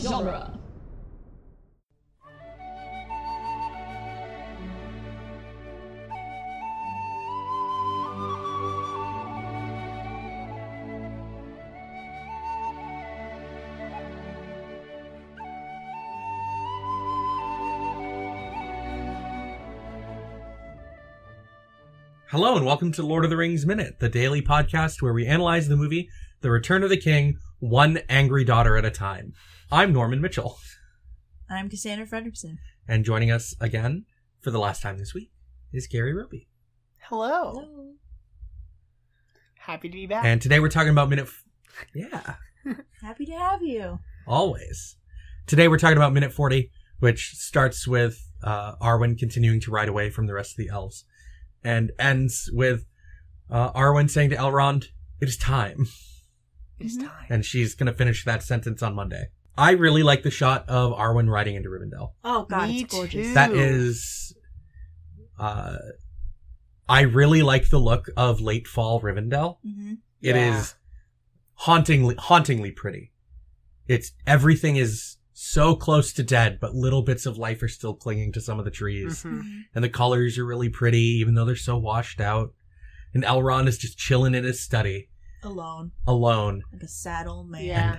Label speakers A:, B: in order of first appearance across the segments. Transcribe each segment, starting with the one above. A: genre.
B: Hello and welcome to Lord of the Rings Minute, the daily podcast where we analyze the movie The Return of the King one angry daughter at a time. I'm Norman Mitchell,
A: I'm Cassandra Fredrickson.
B: and joining us again for the last time this week is Gary Ruby.
C: Hello.
A: Hello.
C: Happy to be back.
B: And today we're talking about minute f- Yeah,
A: Happy to have you.
B: always. Today we're talking about minute 40, which starts with uh, Arwen continuing to ride away from the rest of the elves and ends with uh, Arwen saying to Elrond, "It is time."
C: it's
A: Mhm.
C: time.
B: and she's gonna finish that sentence on Monday. I really like the shot of Arwen riding into Rivendell.
A: Oh god,
C: Me
A: it's gorgeous.
C: too.
B: That
C: Ooh.
B: is, uh, I really like the look of late fall Rivendell.
A: hmm
B: It is
C: Yeah.
B: hauntingly, hauntingly pretty. It's everything is so close to dead, but little bits of life are still clinging to some of the trees,
C: Mhm.
A: mm-hmm.
B: and the colors are really pretty, even though they're so washed out. And Elrond is just chilling in his study
A: Alone,
B: alone.
A: like a sad old man.
C: Yeah.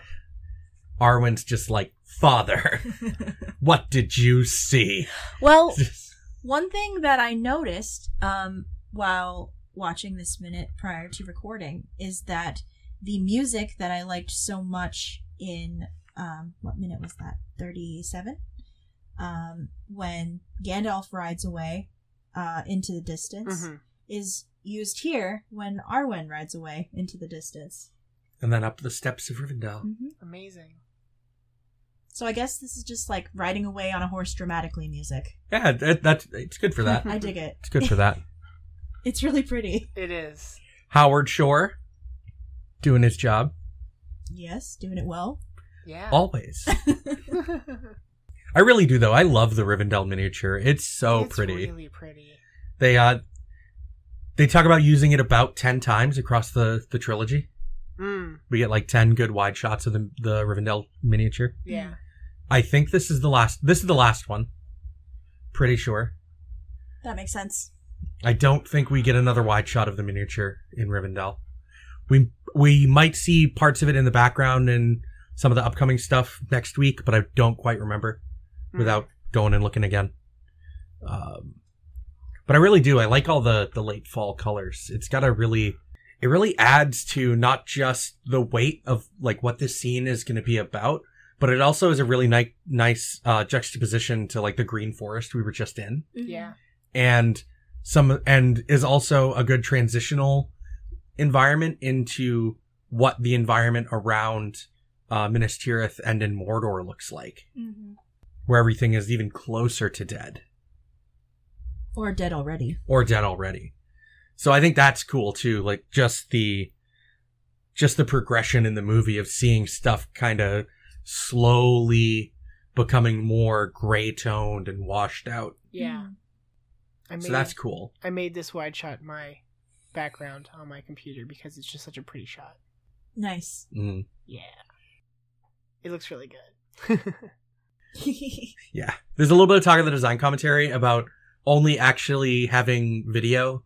B: Arwen's just like, "Father." What did you see?
A: well, one thing that I noticed um, while watching this minute prior to recording is that the music that I liked so much in um, what minute was that? Thirty-seven. Um, when Gandalf rides away uh, into the distance
C: Mhm.
A: is used here when Arwen rides away into the distance.
B: and then up the steps of Rivendell.
A: hmm
C: Amazing.
A: So I guess this is just like riding away on a horse dramatically music.
B: Yeah, that, that's it's good for that.
A: I dig it.
B: It's good for that.
A: It's really pretty.
C: It is.
B: Howard Shore doing his job
A: Yes, doing it well.
C: Yeah.
B: always. I really do though. I love the Rivendell miniature. It's so
C: It's
B: Oh, pretty.
C: Really pretty.
B: They uh they talk about using it about 10 times across the the trilogy.
C: Mm.
B: We get like 10 good wide shots of the the Rivendell miniature.
C: Yeah.
B: I think this is the last this is the last one. Pretty sure.
A: That makes sense.
B: I don't think we get another wide shot of the miniature in Rivendell. We we might see parts of it in the background and some of the upcoming stuff next week, but I don't quite remember
C: Mm.
B: without going and looking again. Um, but I really do. I like all the the late fall colors. It's got a really it really adds to not just the weight of like what this scene is going to be about, but it also is a really ni- nice uh, juxtaposition to like the green forest we were just in
A: Mm-hmm.
C: Yeah.
B: and some and is also a good transitional environment into what the environment around uh, Minas Tirith and in Mordor looks like,
A: hmm
B: where everything is even closer to dead
A: Or dead already.
B: or dead already. So I think that's cool too. Like just the just the progression in the movie of seeing stuff kind of slowly becoming more gray toned and washed out.
C: Yeah.
A: Mm-hmm.
C: I made,
B: So that's cool.
C: I made this wide shot my background on my computer because it's just such a pretty shot.
A: Nice.
B: Mm.
C: Yeah. It looks really good.
A: Mm-hmm.
B: Yeah. There's a little bit of talk in the design commentary about only actually having video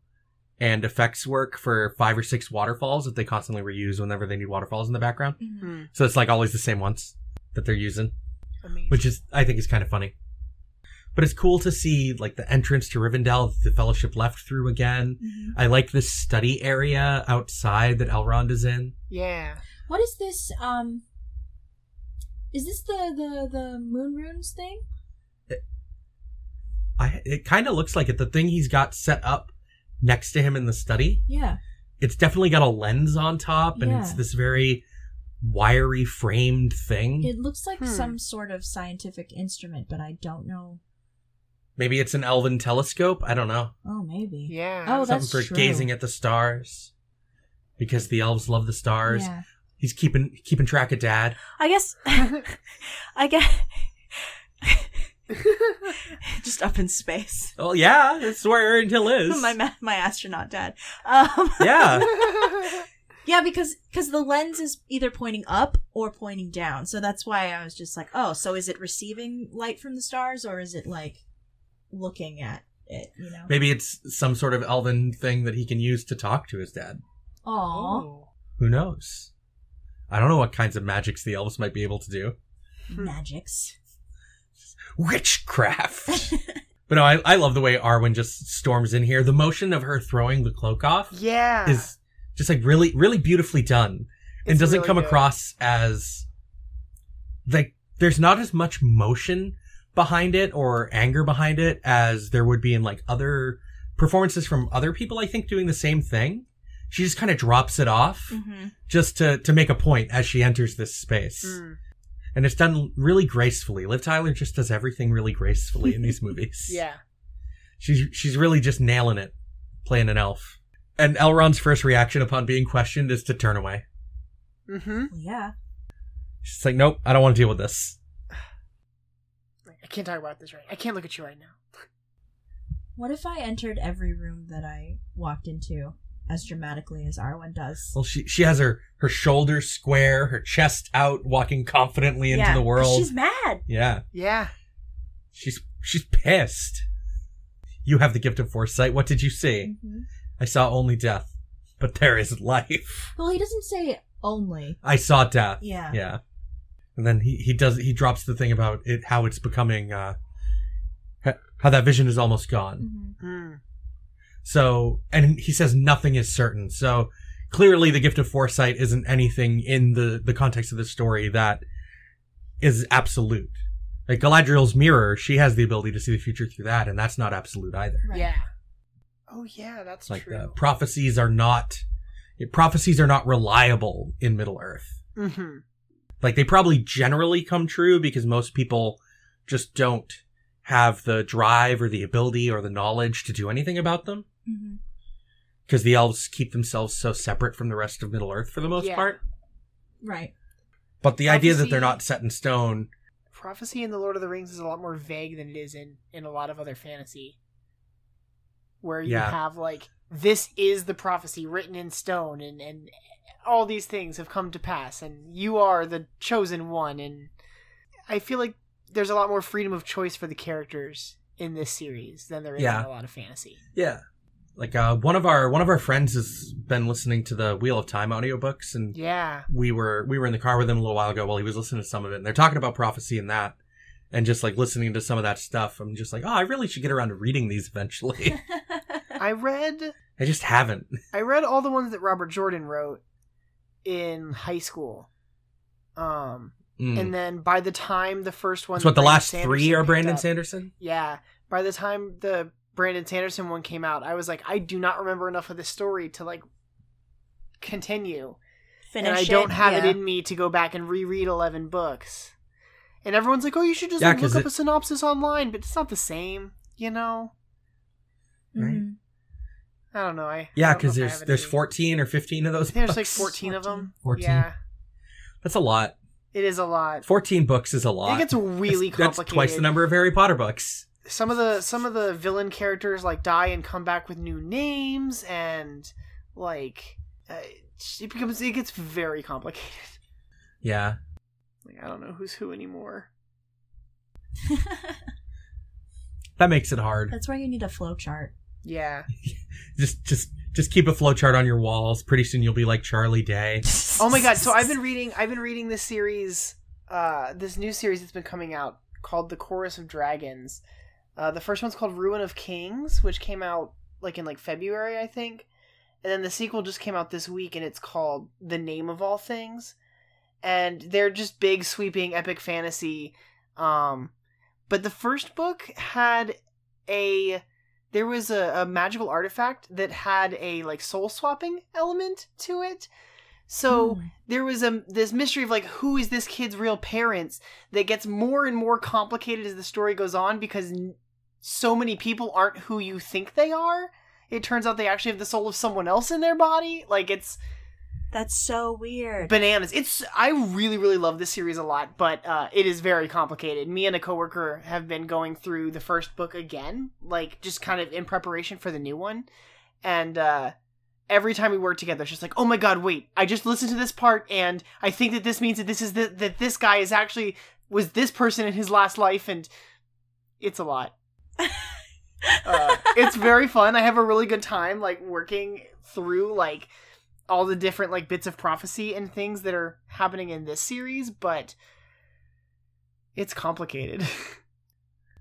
B: and effects work for five or six waterfalls that they constantly reuse whenever they need waterfalls in the background.
A: Mhm.
C: Mm.
B: So it's like always the same ones that they're using,
C: Amazing.
B: which is, I think, is kind of funny. But it's cool to see like the entrance to Rivendell that the Fellowship left through again.
A: Mhm.
B: I like this study area outside that Elrond is in.
C: yeah.
A: What is this? Um, is this the the the moon runes thing?
B: I, it kind of looks like it. The thing he's got set up next to him in the study
A: Yeah.
B: it's definitely got a lens on top and it's
A: Yeah.
B: this very wiry framed thing.
A: It looks like
C: Hmm.
A: some sort of scientific instrument, but I don't know.
B: Maybe it's an elven telescope. I don't know.
A: Oh, maybe.
C: Yeah.
A: Oh, that-
B: Something
A: that's
B: for
A: true.
B: gazing at the stars. Because the elves love the stars.
A: Yeah.
B: He's keeping keeping track of dad.
A: I guess. I guess. Just up in space.
B: Oh yeah, that's where Aaron Hill is.
A: my ma- my astronaut dad. Um,
B: yeah.
A: Yeah, because because the lens is either pointing up or pointing down, so that's why I was just like, oh, so is it receiving light from the stars or is it like looking at it? You know.
B: Maybe it's some sort of elven thing that he can use to talk to his dad.
A: Aw.
C: Oh.
B: Who knows? I don't know what kinds of magics the elves might be able to do. Hmm.
A: magics.
B: Witchcraft. but no, I, I love the way Arwen just storms in here. The motion of her throwing the cloak off
C: Yeah.
B: is just like really, really beautifully done. and
C: It's
B: doesn't
C: really
B: come
C: good.
B: across as like there's not as much motion behind it or anger behind it as there would be in like other performances from other people i think doing the same thing she just kind of drops it off
C: Mm.
A: Mm-hmm.
B: just to to make a point as she enters this space
C: Mm.
B: and it's done really gracefully liv tyler just does everything really gracefully in these movies
C: Yeah.
B: She's she's really just nailing it, playing an elf. And Elrond's first reaction upon being questioned is to turn away.
C: Mm-hmm.
A: Yeah.
B: She's like, "Nope, I don't want to deal with this."
C: I can't talk about this right. I can't look at you right now.
A: What if I entered every room that I walked into as dramatically as Arwen does?
B: Well, she she has her her shoulders square, her chest out, walking confidently into
A: Yeah,
B: the
A: 'cause
B: world.
A: She's mad.
B: Yeah,
C: Yeah.
B: she's she's pissed. You have the gift of foresight. What did you see?
A: Mhm.
B: I saw only death, but there is life.
A: Well, he doesn't say only.
B: I saw death.
A: Yeah.
B: Yeah. And then he, he does he drops the thing about it how it's becoming uh ha- how that vision is almost gone.
A: Mhm.
C: Mm.
B: So and he says nothing is certain. So clearly the gift of foresight isn't anything in the the context of the story that is absolute. Like Galadriel's mirror, she has the ability to see the future through that and that's not absolute either.
A: Right.
C: Yeah. Oh yeah, that's
B: like
C: true.
B: uh, prophecies are not prophecies are not reliable in Middle Earth.
C: Mm-hmm.
B: like they probably generally come true because most people just don't have the drive or the ability or the knowledge to do anything about them
A: Mhm.
B: because the elves keep themselves so separate from the rest of middle earth for the most
C: Yeah.
B: part
A: Right.
B: but the idea that they're
C: Prophecy-
B: not set in stone
C: Prophecy in the Lord of the Rings is a lot more vague than it is in in a lot of other fantasy, where you
B: Yeah.
C: have like this is the prophecy written in stone, and and all these things have come to pass, and you are the chosen one, and I feel like there's a lot more freedom of choice for the characters in this series than there is
B: Yeah.
C: in a lot of fantasy.
B: yeah like uh, one of our one of our friends has been listening to the wheel of time audiobooks and
C: Yeah.
B: we were we were in the car with him a little while ago while he was listening to some of it and they're talking about prophecy and that and just like listening to some of that stuff i'm just like oh i really should get around to reading these eventually
C: I read
B: i just haven't
C: I read all the ones that Robert Jordan wrote in high school. Um,
B: Mm.
C: and then by the time the first one,
B: That's what the
C: Brandon
B: last three
C: Sanderson
B: are
C: picked
B: Brandon
C: up-
B: Sanderson?
C: Yeah, by the time the Brandon Sanderson one came out, I was like, I do not remember enough of this story to like continue,
A: Finish
C: and I
A: it.
C: don't have
A: yeah.
C: it in me to go back and reread eleven books. And everyone's like, "Oh, you should just
B: Yeah,
C: like,
B: 'cause
C: look up
B: it-
C: a synopsis online," but it's not the same, you know.
B: Right.
A: Mhm.
C: I don't know. I I
B: Yeah,
C: don't know
B: because
C: if I
B: there's
C: have it
B: there's
C: in me.
B: 14 or 15 of
C: I
B: those.
C: think There's like
B: books.
C: 14 of them.
B: 14.
C: Yeah,
B: That's a lot.
C: it is a lot.
B: 14 books is a lot.
C: It gets really
B: that's,
C: complicated.
B: That's twice the number of Harry Potter books.
C: Some of the some of the villain characters like die and come back with new names, and like uh, it becomes it gets very complicated.
B: Yeah.
C: Like I don't know who's who anymore.
B: That makes it hard.
A: Mm-hmm. That's why you need a flow chart.
C: Yeah.
B: Just just just keep a flowchart on your walls. Pretty soon you'll be like Charlie Day.
C: Oh my god. So I've been reading I've been reading this series, uh, this new series that's been coming out called The Chorus of Dragons. Uh, the first one's called Ruin of Kings, which came out like in like February, I think. And then the sequel just came out this week and it's called The Name of All Things. And they're just big sweeping epic fantasy. Um but the first book had a there was a, a magical artifact that had a like soul swapping element to it. So
A: Mm.
C: there was a this mystery of like who is this kid's real parents that gets more and more complicated as the story goes on because n- so many people aren't who you think they are. It turns out they actually have the soul of someone else in their body. Like it's
A: that's so weird.
C: bananas. It's I really really love this series a lot, but uh, it is very complicated. Me and a coworker have been going through the first book again, like just kind of in preparation for the new one, and uh, every time we work together, she's like, "Oh my god, wait! I just listened to this part, and I think that this means that this is the, that this guy is actually was this person in his last life, and it's a lot. Uh, it's very fun. I have a really good time, like working through like all the different like bits of prophecy and things that are happening in this series, but it's complicated.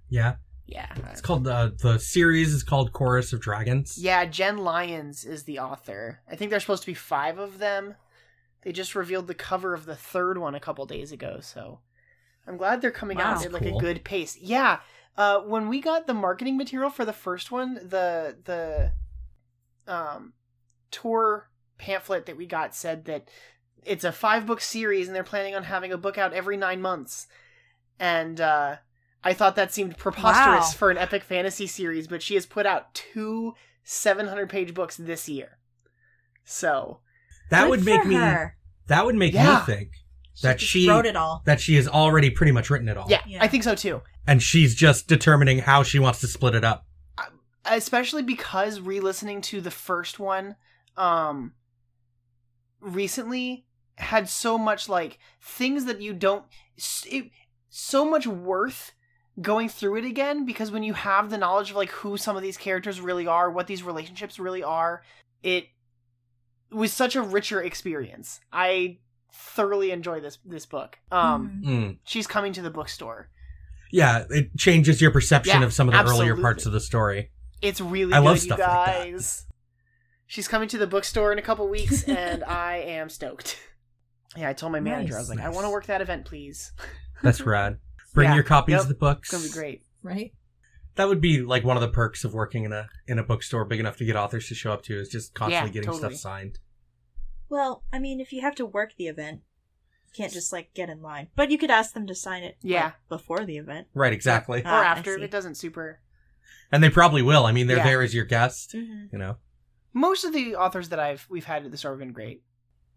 B: Yeah.
C: yeah.
B: It's called uh, the series is called Chorus of Dragons.
C: Yeah, Jen Lyons is the author. I think there's supposed to be five of them. They just revealed the cover of the third one a couple days ago, so I'm glad they're coming
A: Wow.
C: out at like
B: Cool.
C: a good pace. Yeah. Uh, when we got the marketing material for the first one, the the um, tour pamphlet that we got said that it's a five book series and they're planning on having a book out every nine months. And uh, I thought that seemed preposterous
A: Wow.
C: for an epic fantasy series, but she has put out two 700 page books this year. So,
B: That
A: Good
B: would
A: for
B: make me
A: her.
B: that would make
C: Yeah.
B: me think that
A: just
B: she-
A: wrote it all.
B: that she has already pretty much written it all.
C: yeah,
A: Yeah.
C: I think so too.
B: And she's just determining how she wants to split it up.
C: Especially because re listening to the first one um, recently had so much like things that you don't, s- it, so much worth going through it again because when you have the knowledge of like who some of these characters really are, what these relationships really are, it was such a richer experience. I thoroughly enjoy this this book. Um
A: Mhm.
B: Mm.
C: she's coming to the bookstore.
B: Yeah, it changes your perception
C: Yeah,
B: of some of the earlier
C: absolutely.
B: parts of the story.
C: It's really
B: I
C: good,
B: love
C: you
B: stuff like that.
C: guys. She's coming to the bookstore in a couple weeks, and I am stoked. Yeah, I told my manager, I was like,
B: Nice.
C: I want to work that event, please.
B: That's rad. Bring
C: Yeah.
B: your copies
C: Yep.
B: of the books.
C: It's gonna be great.
A: Right?
B: That would be like one of the perks of working in a in a bookstore big enough to get authors to show up to is just constantly
C: Yeah,
B: getting
C: totally.
B: stuff signed.
A: Well, I mean, if you have to work the event, you can't just like get in line. But you could ask them to sign it. like,
C: Yeah.
A: before the event.
B: Right, exactly.
A: Ah,
C: or
A: I
C: after, if
A: see.
C: it doesn't super.
B: And they probably will. I mean, they're
C: Yeah.
B: there as your guest,
A: Mm-hmm.
B: you know.
C: Most of the authors that I've we've had at the store have been great.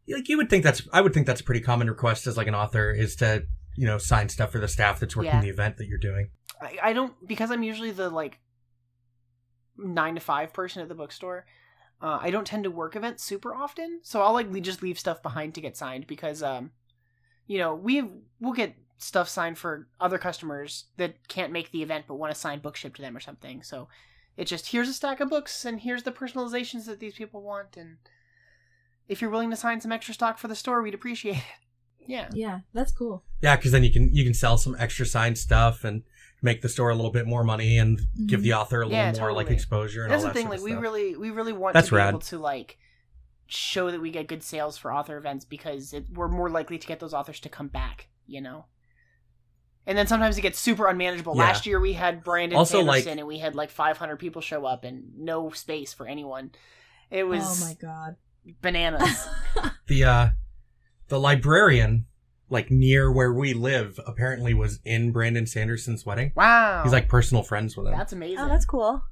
B: Like you would think that's I would think that's a pretty common request as like an author is to, you know, sign stuff for the staff that's working
C: Yeah.
B: the event that you're doing.
C: I, I don't because I'm usually the like nine to five person at the bookstore. Uh, I don't tend to work events super often, so I'll like le- just leave stuff behind to get signed because, um, you know, we we'll get stuff signed for other customers that can't make the event but want a signed book shipped to them or something. So it's just here's a stack of books and here's the personalizations that these people want, and if you're willing to sign some extra stock for the store, we'd appreciate it. Yeah,
A: Yeah, that's cool.
B: Yeah, cuz then you can you can sell some extra signed stuff and make the store a little bit more money and give the author a little
C: Mm-hmm. Yeah,
B: more like
C: totally.
B: exposure and
C: that's
B: all
C: the
B: that
C: thing
B: sort
C: like
B: of
C: we
B: stuff.
C: really we really want
B: That's
C: to be
B: rad.
C: able to like show that we get good sales for author events because it, we're more likely to get those authors to come back you know and then sometimes it gets super unmanageable
B: Yeah.
C: last year we had brandon
B: Also,
C: also,
B: like-
C: and we had like 500 people show up and no space for anyone it
A: oh my
C: was
A: god.
C: bananas
B: the uh the librarian like near where we live apparently was in Brandon Sanderson's wedding.
C: wow
B: He's like personal friends with him.
C: that's amazing
A: oh, that's cool.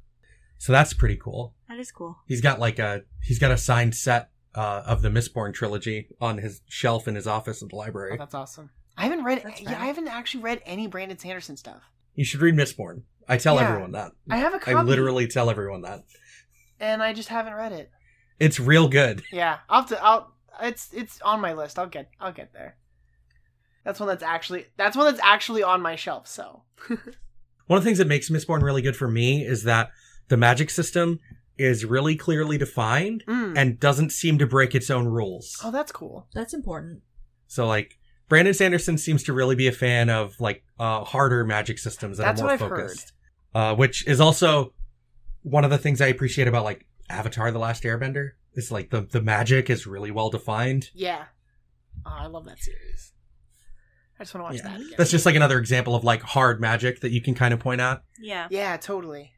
B: so that's pretty cool.
A: That is cool.
B: He's got like a he's got a signed set uh, of the Mistborn trilogy on his shelf in his office at the
C: Oh,
B: library.
C: that's awesome i haven't read
A: That's
C: yeah
A: rad.
C: i haven't actually read any brandon sanderson stuff
B: You should read Mistborn. I tell
C: Yeah.
B: everyone that.
C: i have a copy
B: I literally tell everyone that.
C: and i just haven't read it
B: It's real good.
C: Yeah, I'll have to. I'll. It's it's on my list. I'll get. I'll get there. That's one that's actually. That's one that's actually on my shelf. So
B: One of the things that makes Mistborn really good for me is that the magic system is really clearly defined
C: Mm.
B: and doesn't seem to break its own rules.
C: oh, that's cool.
A: That's important.
B: So like Brandon Sanderson seems to really be a fan of like uh, harder magic systems that
C: That's
B: are more
C: what I've
B: focused, uh, which is also one of the things I appreciate about like Avatar: The Last Airbender. Is like the the magic is really well defined.
C: Yeah, oh, I love that series. I just want to watch
B: Yeah.
C: that again.
B: That's just like another example of like hard magic that you can kind of point at.
A: Yeah.
C: yeah, totally.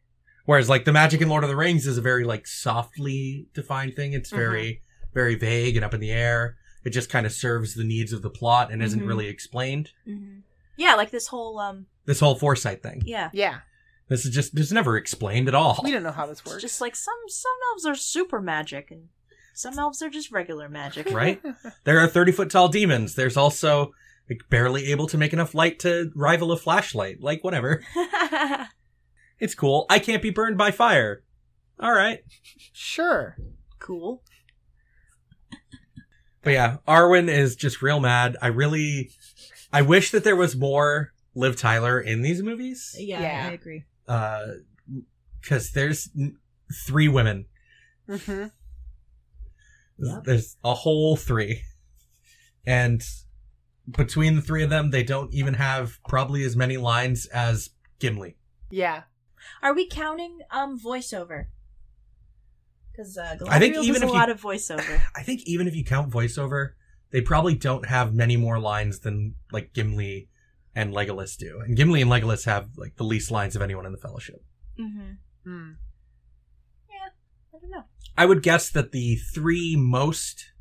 B: Whereas like the magic in Lord of the Rings is a very like softly defined thing.
C: Mm-hmm.
B: It's very very vague and up in the air. It just kind of serves the needs of the plot and
C: Mm-hmm.
B: isn't
A: Mhm.
B: really explained.
A: hmm Yeah, like this whole um.
B: This whole foresight thing.
A: Yeah.
C: Yeah,
B: This is just this never explained at all.
C: we don't know how this
A: It's
C: works.
A: just like some some elves are super magic and some elves are just regular magic.
B: right? There are 30 foot tall demons. There's also like barely able to make enough light to rival a flashlight. Like whatever. It's cool. I can't be burned by fire. All right.
C: sure.
A: cool.
B: But yeah, Arwen is just real mad. I really, I wish that there was more Liv Tyler in these movies.
A: Yeah,
C: Yeah.
A: I agree.
B: because there's n- three women.
C: Mm-hmm.
A: Yep.
B: There's a whole three, and between the three of them, they don't even have probably as many lines as Gimli.
C: Yeah.
A: Are we counting um voiceover? Because uh, Galadriel
B: I think even
A: does
B: if
A: a
B: you-
A: lot of voiceover.
B: I think even if you count voiceover, they probably don't have many more lines than like Gimli and Legolas do. And Gimli and Legolas have like the least lines of anyone in the Fellowship.
A: mm-hmm.
C: Mm.
A: I don't know.
B: I would guess that the three most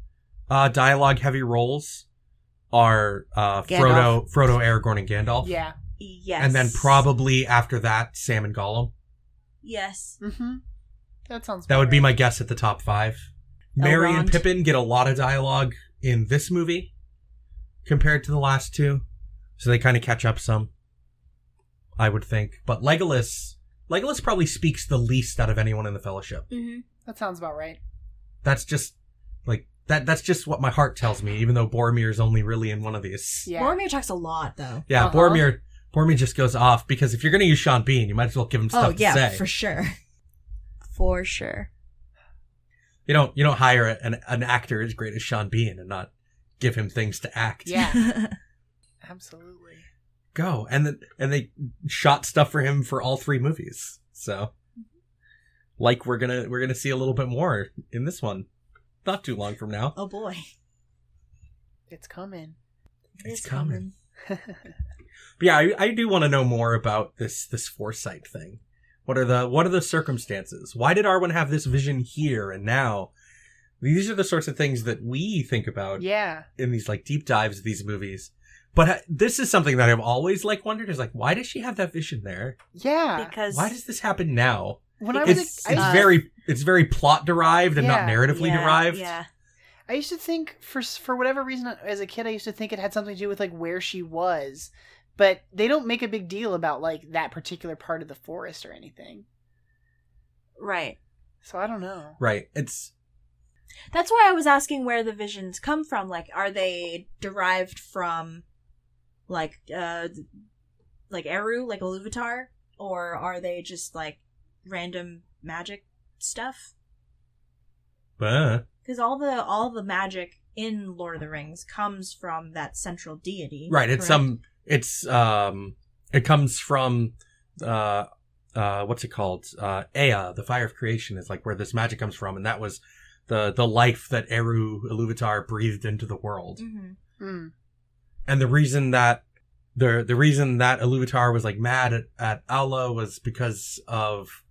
B: uh, dialogue heavy roles are uh, Frodo,
D: Gandalf.
B: Frodo, Aragorn, and Gandalf.
C: Yeah.
A: Yes.
B: And then probably after that, Sam and Gollum.
A: yes.
C: Mm-hmm. That sounds.
B: That would
C: about
B: be
C: right.
B: my guess at the top five. Mary and
D: Elrond.
B: Pippin get a lot of dialogue in this movie compared to the last two. So they kind of catch up some, I would think. But Legolas, Legolas probably speaks the least out of anyone in the Fellowship.
A: Mm-hmm.
C: That sounds about right.
B: That's just like that. That's just what my heart tells me. Even though Boromir's only really in one of these.
C: Yeah.
A: Boromir talks a lot though.
B: Yeah,
C: Uh-huh.
B: Boromir. Boromir just goes off because if you're going to use Sean Bean, you might as well give him stuff
A: Oh yeah,
B: to say.
A: for sure.
D: for sure.
B: You don't you don't hire an an actor as great as Sean Bean and not give him things to act.
C: Yeah. Absolutely.
B: Go and then and they shot stuff for him for all three movies. So, like we're gonna we're gonna see a little bit more in this one, not too long from now.
A: oh boy.
C: It's coming.
B: It's coming. But yeah, I, I do want to know more about this this foresight thing. What are the what are the circumstances? Why did Arwen have this vision here and now? These are the sorts of things that we think about
C: yeah.
B: in these like deep dives of these movies. But uh, this is something that I've always like wondered is like why does she have that vision there?
C: Yeah.
A: Because
B: Why does this happen now?
C: When I was,
B: It's
C: a,
B: it's
C: I, used,
A: uh,
B: very it's very plot derived and not
C: Yeah,
B: narratively
A: yeah,
B: derived.
A: Yeah.
C: I used to think for s- for whatever reason uh, as a kid I used to think it had something to do with like where she was, but they don't make a big deal about like that particular part of the forest or anything.
A: Right.
C: So I don't know.
B: Right. It's
A: That's why I was asking where the visions come from. Like, are they derived from, like, uh, like Eru, like Iluvatar, or are they just like random magic stuff?
B: uh,
A: Because all the all the magic in Lord of the Rings comes from that central deity.
B: right, it's
A: correct?
B: some it's um it comes from uh uh what's it called? Uh Ea, the fire of creation is like where this magic comes from and that was the the life that Eru Iluvatar breathed into the world.
A: Mhm.
C: Mm.
B: and the reason that the the reason that Iluvatar was like mad at, at Aula was because of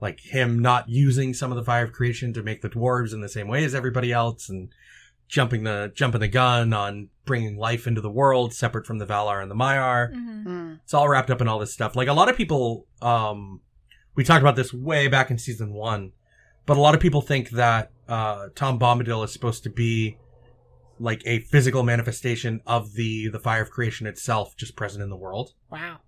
B: like him not using some of the fire of creation to make the dwarves in the same way as everybody else and jumping the jumping the gun on bringing life into the world separate from the Valar and the Maiar
A: Mhm.
C: Mm.
B: it's all wrapped up in all this stuff. Like a lot of people, um, we talked about this way back in season one, but a lot of people think that uh, Tom Bombadil is supposed to be like a physical manifestation of the the fire of creation itself, just present in the world.
C: Wow.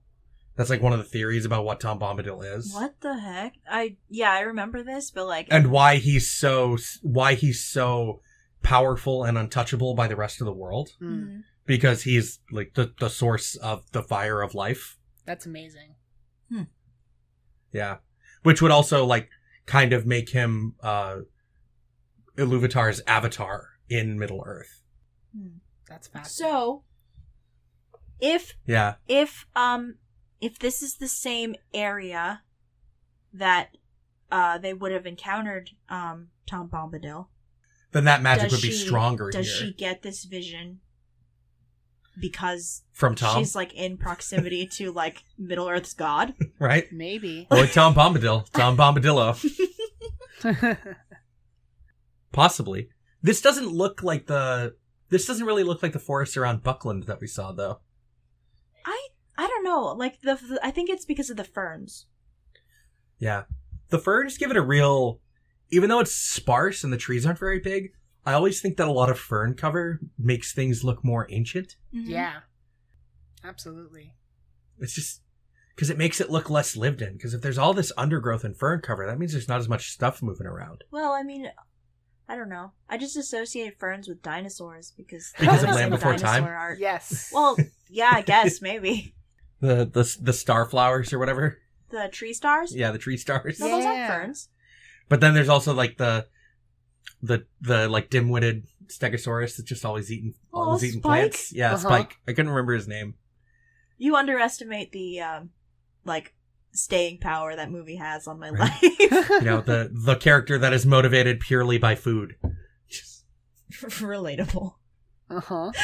B: That's like one of the theories about what Tom Bombadil is
A: What the heck? I yeah, I remember this, but like,
B: and why he's so why he's so powerful and untouchable by the rest of the world
C: Mm.
A: Mhm.
B: because he's like the, the source of the fire of life
C: That's amazing.
B: Yeah. Which would also like kind of make him uh Iluvatar's avatar in Middle Earth.
A: Mhm.
C: That's fascinating.
A: so if
B: Yeah.
A: if um if this is the same area that uh they would have encountered um Tom Bombadil,
B: Then that magic
A: Does
B: would be
A: she-
B: stronger here
A: does she get this vision because
B: from Tom,
A: she's like in proximity to like Middle Earth's god?
B: right?
C: Maybe.
B: Or Tom Bombadil, Tom Bombadillo, possibly. This doesn't look like the this doesn't really look like the forest around Buckland that we saw though.
A: I I don't know. Like the, the I think it's because of the ferns.
B: Yeah. The ferns give it a real even though it's sparse and the trees aren't very big, I always think that a lot of fern cover makes things look more ancient.
A: Mhm.
C: yeah. Absolutely.
B: It's just because it makes it look less lived in. Because if there's all this undergrowth and fern cover, that means there's not as much stuff moving around.
A: Well, I mean, I don't know. I just associate ferns with dinosaurs because
C: Because
A: I
C: of
A: was
C: Land
A: in
B: Before Time?
A: dinosaur art.
C: Yes.
A: Well, yeah, I guess maybe
B: The the the star flowers or whatever.
A: the tree stars.
B: Yeah, the tree stars.
A: No, those aren't
C: Yeah.
A: ferns.
B: But then there's also like the the the like dim-witted stegosaurus that's just always eating
A: Oh,
B: always eating
A: Spike?
B: plants. Yeah,
C: Uh-huh.
B: Spike. I couldn't remember his name.
A: You underestimate the um, like staying power that movie has on my
B: Right.
A: life.
B: You know, the the character that is motivated purely by food.
A: Relatable.
C: uh-huh.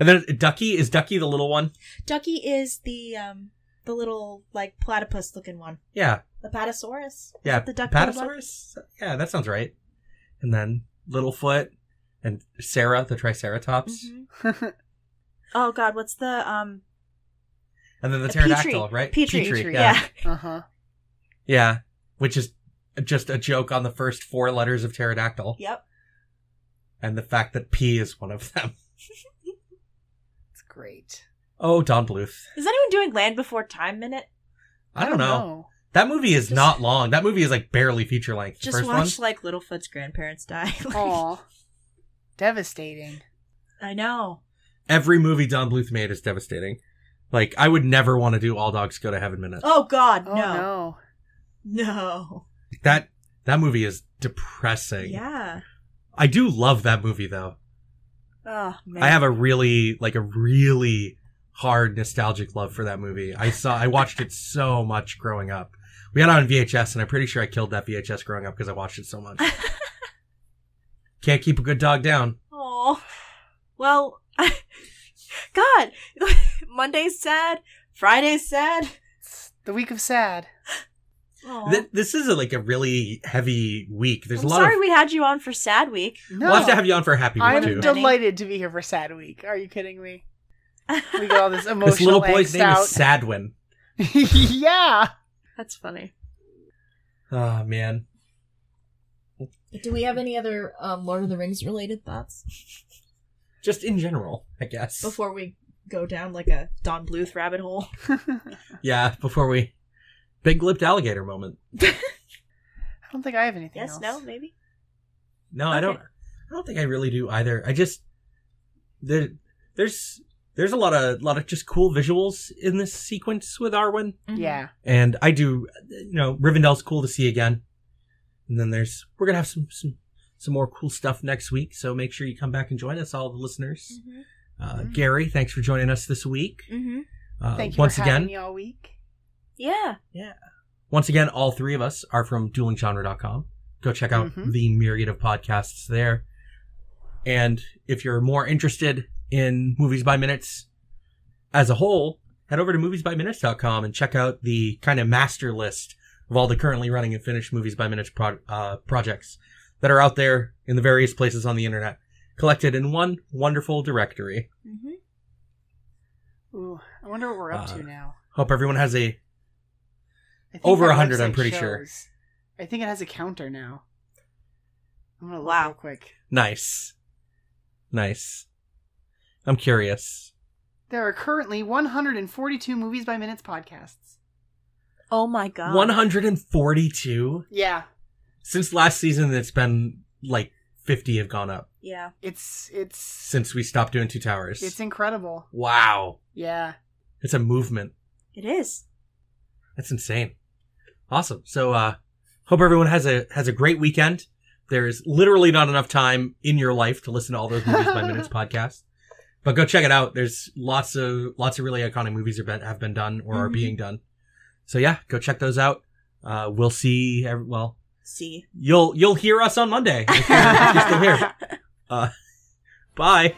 B: And then Ducky is Ducky the little one.
A: Ducky is the um the little like platypus looking one.
B: Yeah,
A: The patasaurus.
B: yeah.
A: The duck
B: Patasaurus. Yeah, that sounds right. And then Littlefoot and Sarah the Triceratops,
C: Mm-hmm.
A: hmm Oh god, what's the um
B: and then the
A: A Petri.
B: pterodactyl, right?
A: Petri.
C: Petri,
B: yeah.
A: yeah.
C: Uh-huh.
B: Yeah, which is just a joke on the first four letters of pterodactyl
A: Yep.
B: and the fact that P is one of them.
C: It's great.
B: Oh, Don Bluth.
A: Is anyone doing Land Before Time minute?
B: I don't, know. That movie is
A: Oh, Just-
B: not long. That movie is like barely feature length. The
A: Just
B: first
A: watch like Littlefoot's grandparents die. Like,
C: Aw. Devastating.
A: I know.
B: Every movie Don Bluth made is devastating. Like I would never want to do All Dogs Go to Heaven minutes.
A: Oh god,
C: Oh
A: no.
C: no.
A: No.
B: That that movie is depressing.
A: Yeah.
B: I do love that movie though.
A: Oh man.
B: I have a really like a really hard nostalgic love for that movie. I saw I watched it so much growing up. We had it on VHS and I'm pretty sure I killed that VHS growing up because I watched it so much. Can't keep a good dog down.
A: Oh. Well, God, Monday's sad. Friday's sad.
C: It's the week of sad.
A: Aw.
B: Th- this is a, like a really heavy week. There's
A: I'm
B: a lot
A: sorry
B: of
A: we had you on for Sad Week.
C: No.
B: We'll have to have you on for a happy week
A: I
C: I'm
A: do.
B: too.
A: don't-
C: delighted to be here for sad week. Are you kidding me? We got all this emotional
B: This little boy's
C: angst
B: name
C: out.
B: is Sadwin.
C: yeah.
A: That's funny.
B: Oh man.
D: Do we have any other um, Lord of the Rings related thoughts
B: Just in general, I guess.
A: Before we go down like a Don Bluth rabbit hole.
C: I
B: Yeah, before we big lipped alligator moment.
C: don't think I have anything
A: Yes,
C: else.
A: no, maybe.
B: No, I don't.
A: Okay.
B: I don't think I really do either. I just there, there's there's a lot of lot of just cool visuals in this sequence with Arwen,
C: Yeah.
B: and I do. You know, Rivendell's cool to see again. And then there's we're gonna have some some some more cool stuff next week. So make sure you come back and join us, all the listeners.
A: Mhm.
B: Uh,
C: Mm.
B: Gary, thanks for joining us this week.
A: Mhm.
B: Uh,
C: Thank you
B: once
C: for
B: again.
C: having me all week.
A: Yeah.
B: Once again, all three of us are from duelinggenre.com. Go check out
C: Mhm.
B: the myriad of podcasts there. And if you're more interested in Movies by Minutes as a whole, head over to moviesbyminutes.com and check out the kind of master list of all the currently running and finished Movies by Minutes pro- uh, projects that are out there in the various places on the internet, collected in one wonderful directory.
A: Mhm.
C: Ooh, I wonder what we're up
B: Uh,
C: to now.
B: Hope everyone has a
C: I think
B: over
C: that
B: 100, I'm
C: website
B: pretty sure.
C: shows- I think it has a counter now. I'm gonna look
A: Wow.
C: real quick.
B: nice, nice. I'm curious.
C: There are currently 142 movies by minutes podcasts.
A: Oh my god.
B: 142
C: Yeah,
B: since last season it's been like 50 have gone up
A: Yeah.
C: it's it's
B: since we stopped doing two towers
C: it's incredible.
B: wow
C: Yeah,
B: it's a movement
A: It is.
B: that's insane awesome so uh hope everyone has a has a great weekend there's literally not enough time in your life to listen to all those movies by minutes podcasts but go check it out there's lots of lots of really iconic movies have been, have been done or are
A: Mhm.
B: being done so yeah go check those out uh we'll see every, well
A: See.
B: you'll you'll hear us on monday if you're, if you're still here Uh, bye.